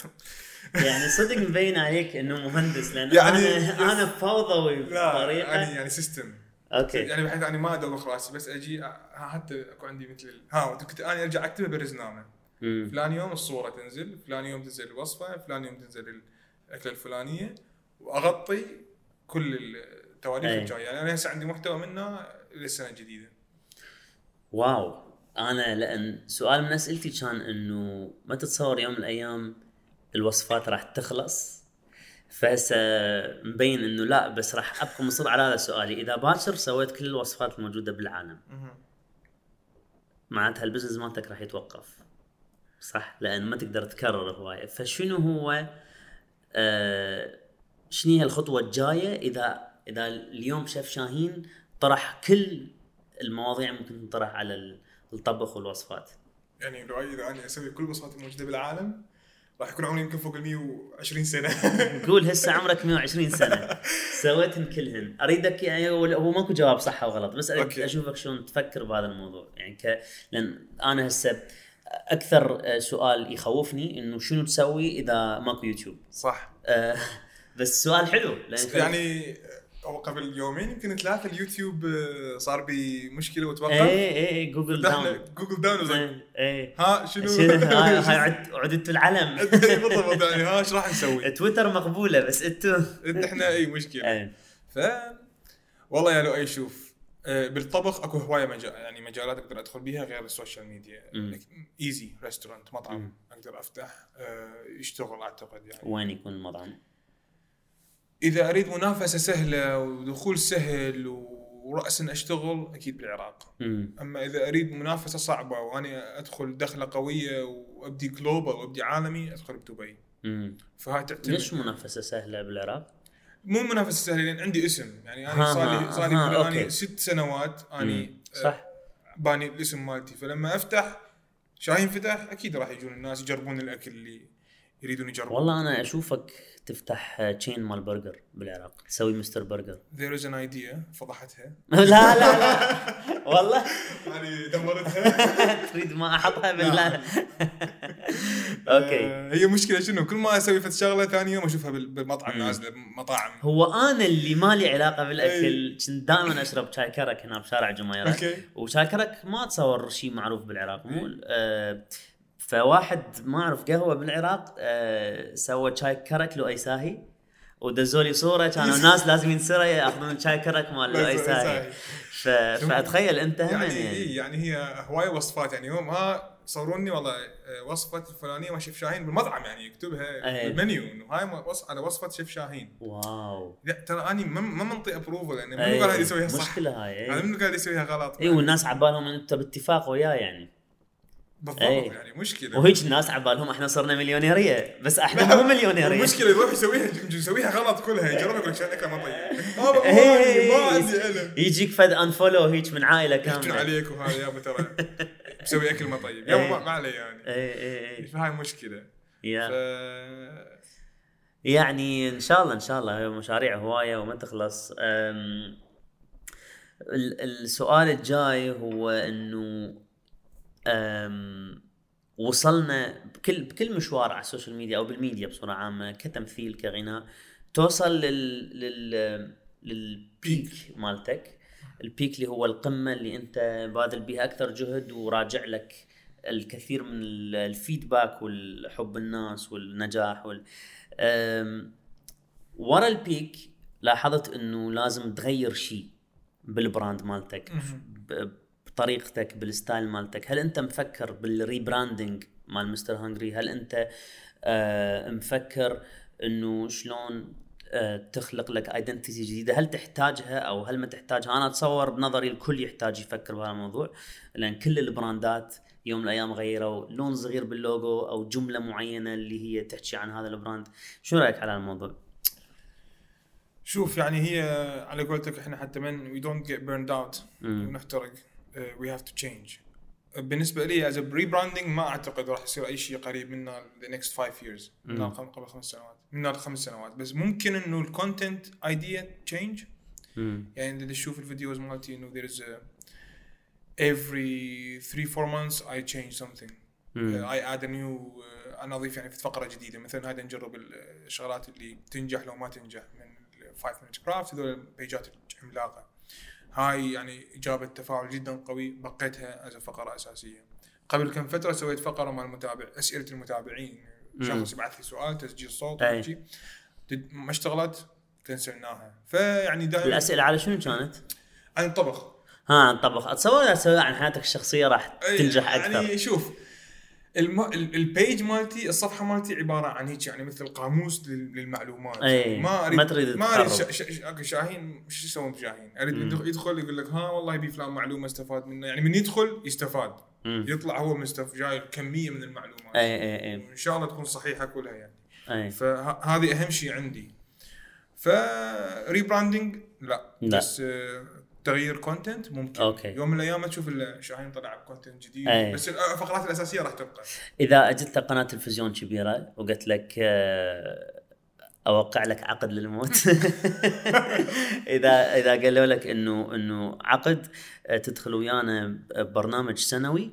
يعني صدق مبين عليك انه مهندس لان يعني- انا انا فوضوي لا بطريقه يعني يعني سيستم اوكي يعني بحيث اني ما ادوخ راسي بس اجي أ- حتى اكو عندي مثل ال- ها كنت انا ارجع اكتبها برزنامه امم فلان يوم الصوره تنزل فلان يوم تنزل الوصفه فلان يوم تنزل الاكله الفلانيه واغطي كل التواريخ أي. الجايه يعني انا هسه عندي محتوى منه للسنه الجديده واو انا لان سؤال من اسئلتي كان انه ما تتصور يوم من الايام الوصفات راح تخلص فهسه مبين انه لا بس راح ابقى مصر على هذا سؤالي اذا باكر سويت كل الوصفات الموجوده بالعالم معناتها البزنس مالتك راح يتوقف صح لان ما تقدر تكرر هوايه فشنو هو آه شنو هي الخطوه الجايه اذا اذا اليوم شيف شاهين طرح كل المواضيع ممكن تنطرح على ال- الطبخ والوصفات يعني لو اذا انا اسوي كل الوصفات الموجوده بالعالم راح يكون عمري يمكن فوق ال 120 سنه قول هسه عمرك 120 سنه سويتهن كلهن اريدك يعني ولا- هو ماكو جواب صح او غلط بس اريد أوكي. اشوفك شلون تفكر بهذا الموضوع يعني ك... لان انا هسه اكثر آه، سؤال يخوفني انه شنو تسوي اذا ماكو يوتيوب صح آه، بس سؤال حلو لان يعني هو قبل يومين يمكن ثلاثه اليوتيوب آه، صار بي ممشكله وتوقف اي اي جوجل دخل داون جوجل داون وزي- إيه، ايه ها شنو إيه، شنو؟ هاي هاي عد- عدتوا العلم بالضبط يعني ها ايش راح نسوي؟ تويتر مقبوله بس انتوا انت احنا اي مشكله إيه. ف والله يا لؤي شوف آه، بالطبخ اكو هوايه مجال يعني مجالات اقدر ادخل بيها غير السوشيال ميديا مم. ايزي ريستورانت مم. مطعم اقدر افتح آه، يشتغل اعتقد يعني وين يكون المطعم؟ اذا اريد منافسه سهله ودخول سهل وراسا اشتغل اكيد بالعراق أمم. اما اذا اريد منافسه صعبه واني ادخل دخله قويه وابدي جلوبال وابدي عالمي ادخل بدبي أمم. فهاي تعتمد ليش منافسه سهله بالعراق؟ مو منافسه سهله لان عندي اسم يعني انا ها صار ها لي صار لي ها، يمكن اني أوكي. ست سنوات اني أمم. صح آه، باني الاسم مالتي فلما افتح شاهين فتح اكيد راح يجون الناس يجربون الاكل اللي يريدون يجربون والله انا اشوفك تفتح تشين مال برجر بالعراق تسوي مستر برجر ذير از ان ايديا فضحتها لا لا لا والله يعني دمرتها تريد ما احطها بالله اوكي آه، هي مشكله شنو كل ما اسوي فت شغله ثاني يوم اشوفها بال- بالمطعم مم. نازله مطاعم هو انا اللي مالي علاقه بالاكل إيه. كنت دائما اشرب شاي كرك هنا بشارع جميره اوكي وشاي كرك ما اتصور شيء معروف بالعراق مو إيه. آه، فواحد ما اعرف قهوه بالعراق آه، سوى شاي كرك لؤي ساهي ودزوا لي صوره كانوا ناس لازم ينسرى ياخذون شاي كرك مال لؤي ساهي ف- فاتخيل انت هم يعني يعني إيه، يعني هي هوايه وصفات يعني يوم ها صوروني والله آه، وصفه الفلانيه ما شيف شاهين بالمطعم يعني يكتبها أي. بالمنيو انه هاي م- وص- على وصفه شيف شاهين واو لا ترى اني ما ما منطي ابروفل يعني منو أي، قال هذا يسويها صح؟ يعني مشكلة هاي هذا اي منو قال يسويها غلط؟ إيه، والناس عبالهم ان انت باتفاق وياه يعني بالضبط أي. يعني مشكله وهيج الناس عبالهم احنا صرنا مليونيريه بس احنا مو مليونيريه المشكله يروح يسويها يجي يسويها غلط كلها يجربها يقول لك شلون اكله ما طيب ما ما عندي- ما عندي انا إيه، يجيك فد انفولو هيك من عائله يحكون كامله عليك وهذا يابا ترى مسوي اكل ما طيب يابا ما- ما علي يعني اي اي اي فهاي مشكله ف... إيه، يا. يعني ان شاء الله ان شاء الله هي مشاريع هوايه وما تخلص أم، ال- السؤال الجاي هو انه أم، وصلنا بكل بكل مشوار على السوشيال ميديا او بالميديا بصوره عامه كتمثيل كغناء توصل لل لل للبيك مالتك البيك اللي هو القمه اللي انت باذل بها اكثر جهد وراجع لك الكثير من ال- الفيدباك والحب الناس والنجاح وال أم، ورا البيك لاحظت انه لازم تغير شيء بالبراند مالتك ب- بطريقتك بالستايل مالتك هل انت مفكر بالريبراندنج مال مستر هانجري هل انت آه مفكر انه شلون آه، تخلق لك ايدنتيتي جديده هل تحتاجها او هل ما تحتاجها انا اتصور بنظري الكل يحتاج يفكر بهذا الموضوع لان كل البراندات يوم من الايام غيروا لون صغير باللوجو او جمله معينه اللي هي تحكي عن هذا البراند شو رايك على الموضوع شوف يعني هي على قولتك احنا حتى من وي دونت جيت بيرند اوت مم. ونحترق وي هاف تو تشينج بالنسبه لي از بريبراندنج ما اعتقد راح يصير اي شيء قريب من ذا نكست 5 ييرز من مم. قبل خمس سنوات من خمس سنوات بس ممكن انه الكونتنت ايديا تشينج مم. يعني اذا تشوف الفيديوز مالتي انه there is a every 3 4 months I change something مم. I add a new uh, انا اضيف يعني في فقره جديده مثلا هذا نجرب الشغلات اللي تنجح لو ما تنجح من 5 minute craft هذول البيجات العملاقه هاي يعني جابت تفاعل جدا قوي بقيتها از فقره اساسيه قبل كم فتره سويت فقره مع المتابع اسئله المتابعين شخص يبعث لي سؤال تسجيل صوت أي. وشي. دد- ما اشتغلت كنسلناها فيعني دائما الاسئله على شنو كانت؟ عن الطبخ ها عن الطبخ اتصور اذا تسويها عن حياتك الشخصيه راح أي، تنجح اكثر يعني شوف الم... ال- البيج مالتي الصفحه مالتي عباره عن هيك يعني مثل قاموس لل- للمعلومات أي، ما اريد إيه، ما تريد ما اريد تتخرب. شا... شا... شا... أوكي، شاهين شو يسوون بشاهين؟ اريد يدخ- يدخل يقول لك ها والله يبي فلان معلومه استفاد منها يعني من يدخل يستفاد مم. إيه. يطلع هو مستف جاي كميه من المعلومات اي اي اي وان شاء الله تكون صحيحه كلها يعني اي فهذه اهم شيء عندي فريبراندنج لا, لا. بس آه، تغيير كونتنت ممكن أوكي. يوم من الايام تشوف ال- شاهين طلع بكونتنت جديد أي. بس الفقرات الاساسيه راح تبقى اذا اجت لك قناه تلفزيون كبيره وقلت لك آه، اوقع لك عقد للموت اذا اذا قالوا لك انه انه عقد آه، تدخل ويانا ببرنامج سنوي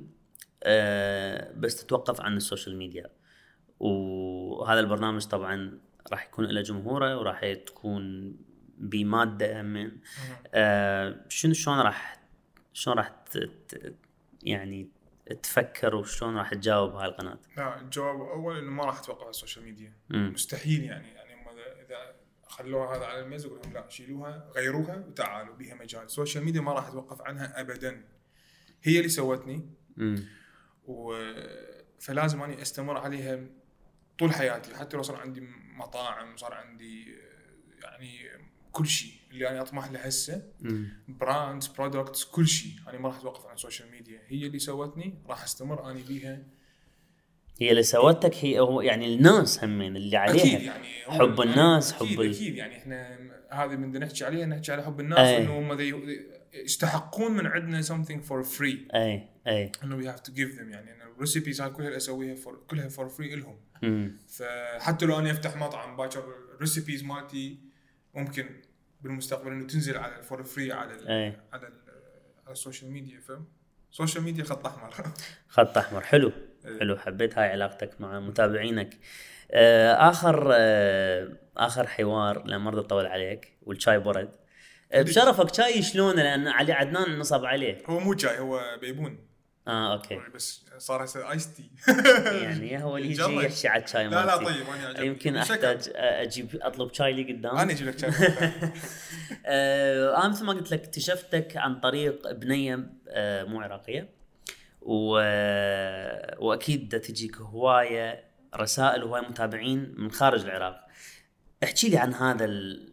آه، بس تتوقف عن السوشيال ميديا وهذا البرنامج طبعا راح يكون له جمهوره وراح تكون بماده من آه، شنو شلون راح شلون راح ت- ت- يعني تفكر وشلون راح تجاوب هاي القناه؟ لا الجواب الاول انه ما راح اتوقع على السوشيال ميديا مم. مستحيل يعني يعني هم إذا- اذا خلوها هذا على الميز اقول لهم لا شيلوها غيروها وتعالوا بيها مجال السوشيال ميديا ما راح اتوقف عنها ابدا هي اللي سوتني مم. و... فلازم اني استمر عليها طول حياتي حتى لو صار عندي مطاعم صار عندي آه، يعني كل شيء اللي انا اطمح له هسه مم. براندز برودكتس كل شيء انا ما راح اتوقف عن السوشيال ميديا هي اللي سوتني راح استمر اني بيها هي اللي سوتك هي هو يعني الناس همين اللي عليها اكيد يعني هو- حب الناس، أكيد حب ال- اكيد يعني احنا هذه من بدنا نحكي عليها نحكي على حب الناس أي. انه هم they- they- يستحقون من عندنا something for free اي اي انه we have to give them يعني الريسبيز هاي كلها اللي اسويها for كلها for free الهم مم. فحتى لو انا افتح مطعم باكر الريسبيز مالتي ممكن بالمستقبل انه تنزل على فور فري على ال أي. على ال على السوشيال ميديا فاهم؟ السوشيال ميديا خط احمر خط احمر حلو حلو حبيت هاي علاقتك مع متابعينك آه، اخر آه، اخر حوار لما رضى طول عليك والشاي برد آه، بشرفك شاي شلونه لان علي عدنان نصب عليه هو مو جاي هو بيبون اه اوكي بس صار هسه ايس تي يعني هو اللي يجي جرب. يحكي على الشاي لا لا مالتي. طيب انا عجبني. يمكن شكراً. احتاج اجيب اطلب شاي لي انا قدام اجيب لك شاي آه، انا مثل ما قلت لك اكتشفتك عن طريق بنيه آه، مو عراقيه و... واكيد دا تجيك هوايه رسائل وهوايه متابعين من خارج العراق احكي لي عن هذا ال...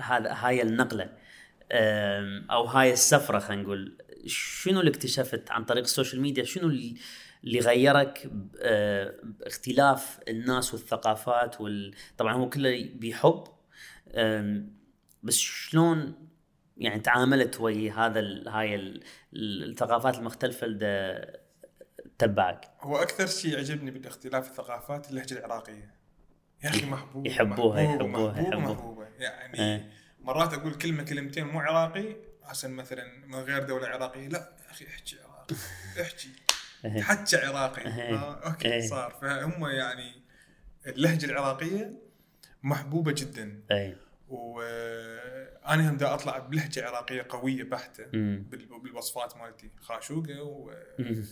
هذا هاي النقله آم، او هاي السفره خلينا نقول شنو اللي اكتشفت عن طريق السوشيال ميديا شنو اللي اللي غيرك ب- آه، باختلاف الناس والثقافات وال... طبعا هو كله بحب أم، بس شلون يعني تعاملت ويا هذا ال... هاي ال... ال- الثقافات المختلفه اللي تبعك هو اكثر شيء عجبني بالاختلاف الثقافات اللهجه العراقيه يا اخي محبوب يحبوها، محبوب، يحبوها، محبوب، يحبوها. محبوبه يعني إيه. مرات اقول كلمه كلمتين مو عراقي عشان مثلا من غير دوله عراقيه لا يا اخي احكي عراقي احكي إيه. حكي عراقي إيه. آه، إيه. اوكي صار فهم يعني اللهجه العراقيه محبوبه جدا اي وانا هم دا اطلع بلهجه عراقيه قويه بحته أمم. بال- بالوصفات مالتي خاشوقه أمم.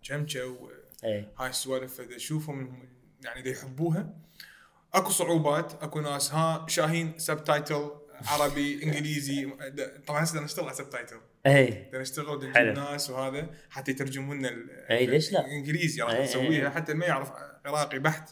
وجمجه و... اي هاي السوالف اذا اشوفهم يعني اذا يحبوها اكو صعوبات اكو ناس ها شاهين سبتايتل عربي انجليزي د- طبعا هسه بدنا نشتغل على سبتايتل اي بدنا نشتغل بدنا حلو. نجيب ناس وهذا حتى يترجمون لنا ال- إي، ليش لا؟ الانجليزي راح إي، إي، إي. نسويها حتى ما يعرف عراقي بحت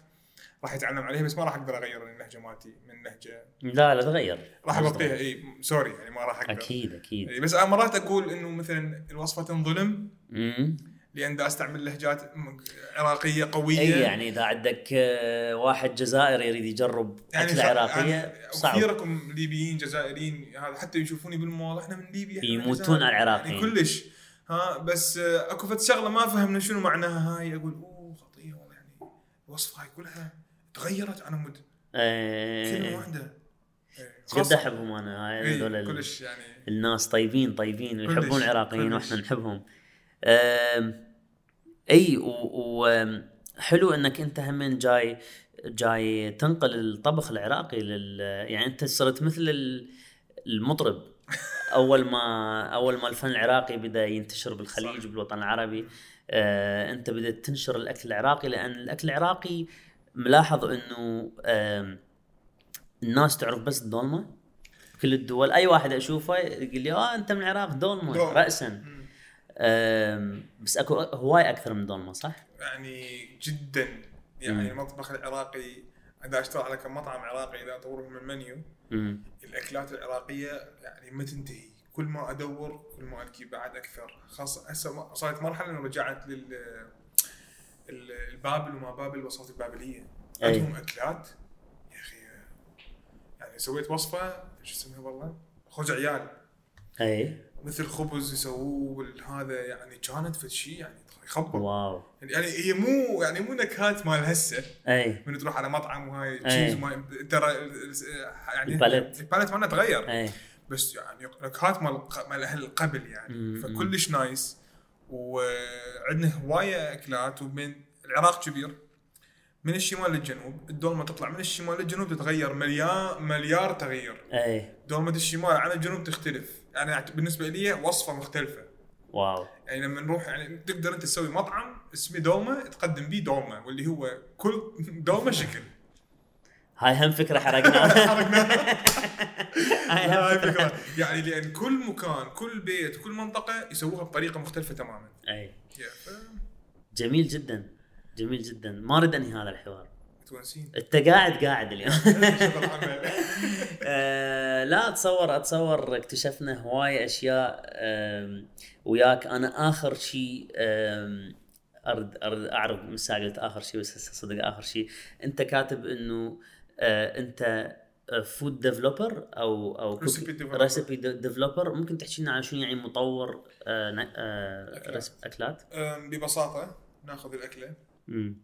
راح يتعلم عليها بس ما راح اقدر اغير اللهجه مالتي من لهجه لا لا تغير راح اوطيها اي سوري يعني ما راح اقدر اكيد اكيد إي، بس انا مرات اقول انه مثلا الوصفه تنظلم مم. لان دا استعمل لهجات م- عراقيه قويه اي يعني اذا عندك آه، واحد جزائري يريد يجرب اكله صع- عراقيه يعني صعب كثيركم ليبيين جزائريين هذا حتى يشوفوني بالمواضيع احنا من ليبيا إحنا من يموتون جزائر. على العراقيين. يعني كلش ها بس آه، اكو فد شغله ما فهمنا شنو معناها هاي اقول اوه خطيره والله يعني الوصفه هاي كلها تغيرت عن مد كلمه آه، واحده إيه، جد خاصة- احبهم انا هاي إيه، هذول ال- كلش يعني الناس طيبين طيبين ويحبون كلش- العراقيين كلش. واحنا نحبهم آم، اي وحلو انك انت هم جاي جاي تنقل الطبخ العراقي لل يعني انت صرت مثل ال- المطرب اول ما اول ما الفن العراقي بدا ينتشر بالخليج صح. بالوطن العربي آه، انت بدات تنشر الاكل العراقي لان الاكل العراقي ملاحظ انه آم، الناس تعرف بس الدولمه كل الدول اي واحد اشوفه يقول لي اه انت من العراق دولمه دولمة. راسا مم. أم، بس اكو هواي اكثر من دولمه صح؟ يعني جدا يعني مم. المطبخ العراقي اذا اشتغل على كم مطعم عراقي اذا اطور من المنيو امم الاكلات العراقيه يعني ما تنتهي كل ما ادور كل ما القي بعد اكثر خاصه هسه ما- صارت مرحله انه رجعت لل ال- البابل وما بابل وصلت البابليه أي. عندهم اكلات يا اخي يعني سويت وصفه شو اسمها والله خوج عيال اي مثل خبز يسووه والهذا يعني كانت فد شيء يعني يخبر واو يعني هي مو يعني مو نكهات مال هسه اي من تروح على مطعم وهاي أي. تشيز وما ترى يعني إيه. الباليت. إيه. الباليت مالنا تغير اي بس يعني نكهات مال الق- مال اهل القبل يعني مم. فكلش نايس وعندنا هوايه اكلات وبين العراق كبير من الشمال للجنوب الدولمه تطلع من الشمال للجنوب تتغير مليار مليار تغيير اي دولمه الشمال عن الجنوب تختلف يعني أعت- بالنسبه لي وصفه مختلفه واو يعني لما نروح يعني تقدر انت تسوي مطعم اسمه دومه تقدم بيه دومه واللي هو كل دومه شكل هاي هم فكره حرقناها حرقناها. هاي لا، هاي هم فكره فكرة. يعني لان كل مكان كل بيت كل منطقه يسووها بطريقه مختلفه تماما اي يا ف- جميل جدا جميل جدا ما اريد انهي هذا الحوار تونسيين انت قاعد قاعد اليوم شغل عمل. آه، لا اتصور اتصور اكتشفنا هواي اشياء آم، وياك انا اخر شيء آم، ارد ارد اعرف من الساعه قلت اخر شيء بس هسه صدق اخر شيء انت كاتب انه آه، انت فود ديفلوبر او او Recipe developer. ريسبي ديفلوبر ممكن تحكي لنا عن شنو يعني مطور آه، ن- آه، أكلات. رس- اكلات؟ أم، ببساطه ناخذ الاكله مم.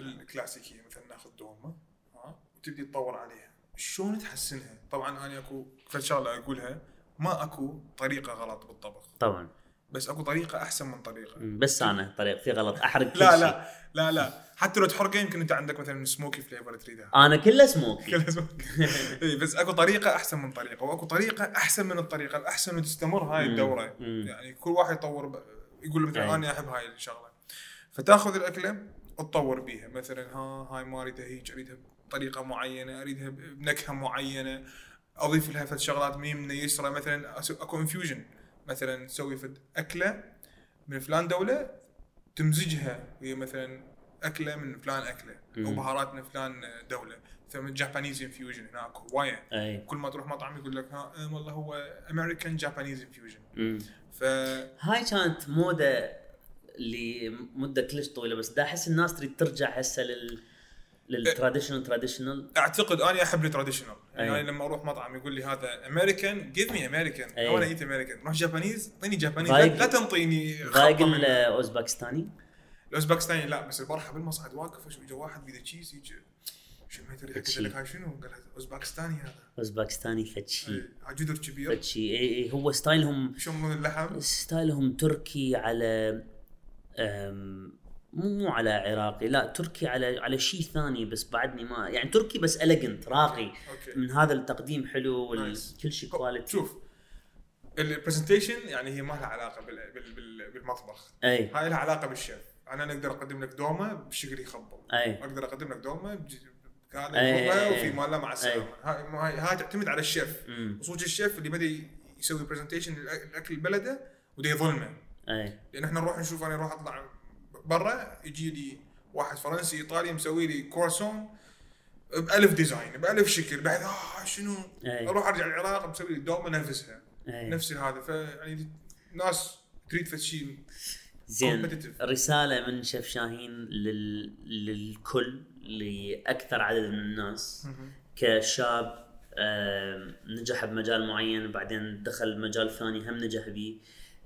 الكلاسيكيه مثلا ناخذ دومه ها وتبدي تطور عليها شلون تحسنها طبعا انا اكو فد شغله اقولها ما اكو طريقه غلط بالطبخ طبعا بس اكو طريقه احسن من طريقه مم، بس انا طريق في غلط احرق كل لا شيء. لا لا لا حتى لو تحرقه يمكن انت عندك مثلا سموكي فليفر تريدها انا كله سموكي كل اسبوع. إي، إيه، بس اكو طريقه احسن من طريقه واكو طريقه احسن من الطريقه الاحسن وتستمر هاي مم. الدوره مم. يعني كل واحد يطور ب... يقول أي. مثلا انا احب هاي الشغله فتاخذ الاكله تطور بيها مثلا ها هاي ما اريدها هيك اريدها بطريقه معينه اريدها ب- بنكهه معينه اضيف لها فد شغلات من يمنى يسرى مثلا أسو- اكو انفيوجن مثلا تسوي فد اكله من فلان دوله تمزجها وهي مثلا اكله من فلان اكله او مم. بهارات من فلان دوله مثلا جابانيز انفيوجن هناك هوايه اي كل ما تروح مطعم يقول لك ها آه، والله هو امريكان جابانيز انفيوجن مم. ف هاي كانت موضه لمده كلش طويله بس دا احس الناس تريد ترجع هسه لل إيه. للتراديشنال تراديشنال اعتقد انا احب التراديشنال يعني أي. انا لما اروح مطعم يقول لي هذا امريكان جيف مي امريكان أي. انا ايت امريكان روح جابانيز اعطيني جابانيز لا, ضايق- لا تنطيني ضايق خلطة من- الاوزباكستاني الاوزبكستاني لا بس البارحه بالمصعد واقف وش- اجى واحد بيده تشيز يجي شو ما تريد قلت لك هاي شنو؟ قال هذا اوزبكستاني هذا اوزباكستاني فتشي أي، هاي جدر كبير فتشي اي اي هو ستايلهم شمون اللحم ستايلهم تركي على أم، مو مو على عراقي لا تركي على على شيء ثاني بس بعدني ما يعني تركي بس اليجنت راقي اوكي من هذا التقديم حلو وال- Nice. كل شيء كواليتي شوف البرزنتيشن يعني هي ما لها علاقه بال- بال- بال- بالمطبخ اي هاي لها علاقه بالشيف انا أنا اقدر اقدم لك دومه بشكل يخبل اي اقدر اقدم لك دومه بج- كان أي، يخبل أي، أي. وفي ماله مع السلامه هاي مو- هاي هاي تعتمد على الشيف أمم، وصوت الشيف اللي بدا يسوي برزنتيشن للاكل بلده ودا يظلمه اي لان احنا نروح نشوف انا اروح اطلع برا يجي لي واحد فرنسي ايطالي مسوي لي كورسون بألف ديزاين بألف شكل بعد آه شنو أي. اروح ارجع العراق بسوي لي دومه نفسها أي. نفس هذا فيعني ناس تريد فشي زين Competitive. رساله من شيف شاهين لل... للكل لاكثر عدد من الناس كشاب آم، نجح بمجال معين بعدين دخل مجال ثاني هم نجح به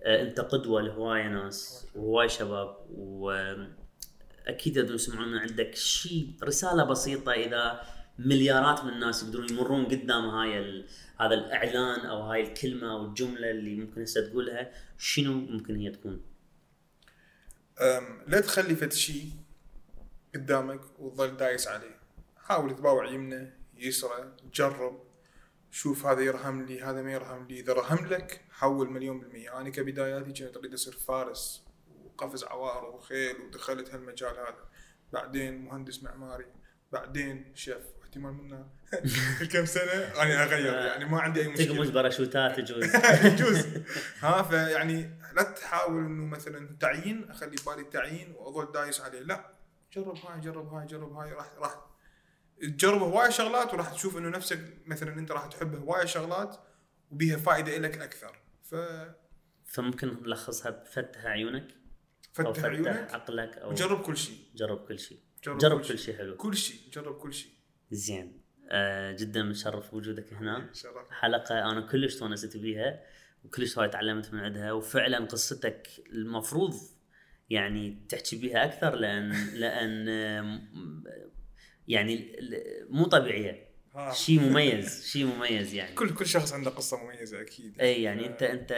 آه، انت قدوه لهوايه ناس وهواي شباب واكيد يقدرون يسمعون من عندك شيء رساله بسيطه اذا مليارات من الناس يقدرون يمرون قدام هاي ال... هذا الاعلان او هاي الكلمه او الجمله اللي ممكن هسه تقولها شنو ممكن هي تكون؟ أم، لا تخلي فد شيء قدامك وتظل دايس عليه حاول تباوع يمنه يسره جرب شوف هذا يرهم لي هذا ما يرهم لي اذا رهم لك حول مليون بالمية انا كبداياتي كنت اريد اصير فارس وقفز عوار وخيل ودخلت هالمجال هذا بعدين مهندس معماري بعدين شيف احتمال منا كم سنه انا اغير يعني ما عندي اي مشكله تقمص باراشوتات يجوز يجوز ها فيعني لا تحاول انه مثلا تعيين اخلي بالي تعيين واظل دايس عليه لا جرب هاي جرب هاي جرب هاي راح راح تجرب هواي شغلات وراح تشوف انه نفسك مثلا انت راح تحب هواي شغلات وبيها فائده لك اكثر ففتح فممكن نلخصها بفتح عيونك او فتح عيونك عقلك او وجرب كل شيء جرب كل شيء جرب جرب كل كل شيء حلو كل شيء جرب كل شيء زين آه جدا متشرف بوجودك هنا شرف حلقه انا كلش تونست بيها وكلش هواي تعلمت من عندها وفعلا قصتك المفروض يعني تحكي بيها اكثر لان لان آم، يعني ال- ال- مو طبيعيه ها. شيء مميز شيء مميز يعني آه. كل كل شخص عنده قصه مميزه اكيد اي يعني انت انت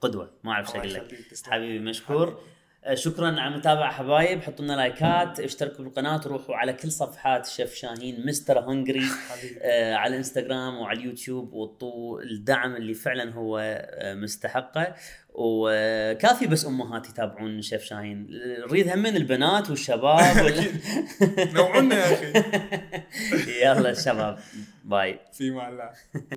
قدوه ما اعرف شو الله اقول لك يخليك، تسلم. حبيبي مشكور آه، شكرا على المتابعه حبايب حطوا لنا لايكات اشتركوا بالقناه روحوا على كل صفحات شيف شاهين مستر هنجري حبيبي. آه، على الانستغرام وعلى اليوتيوب وطوا الدعم اللي فعلا هو آه، مستحقه وكافي بس امهات يتابعون شيف شاهين نريد همين البنات والشباب وال... نوعنا يا اخي يلا شباب باي في مع الله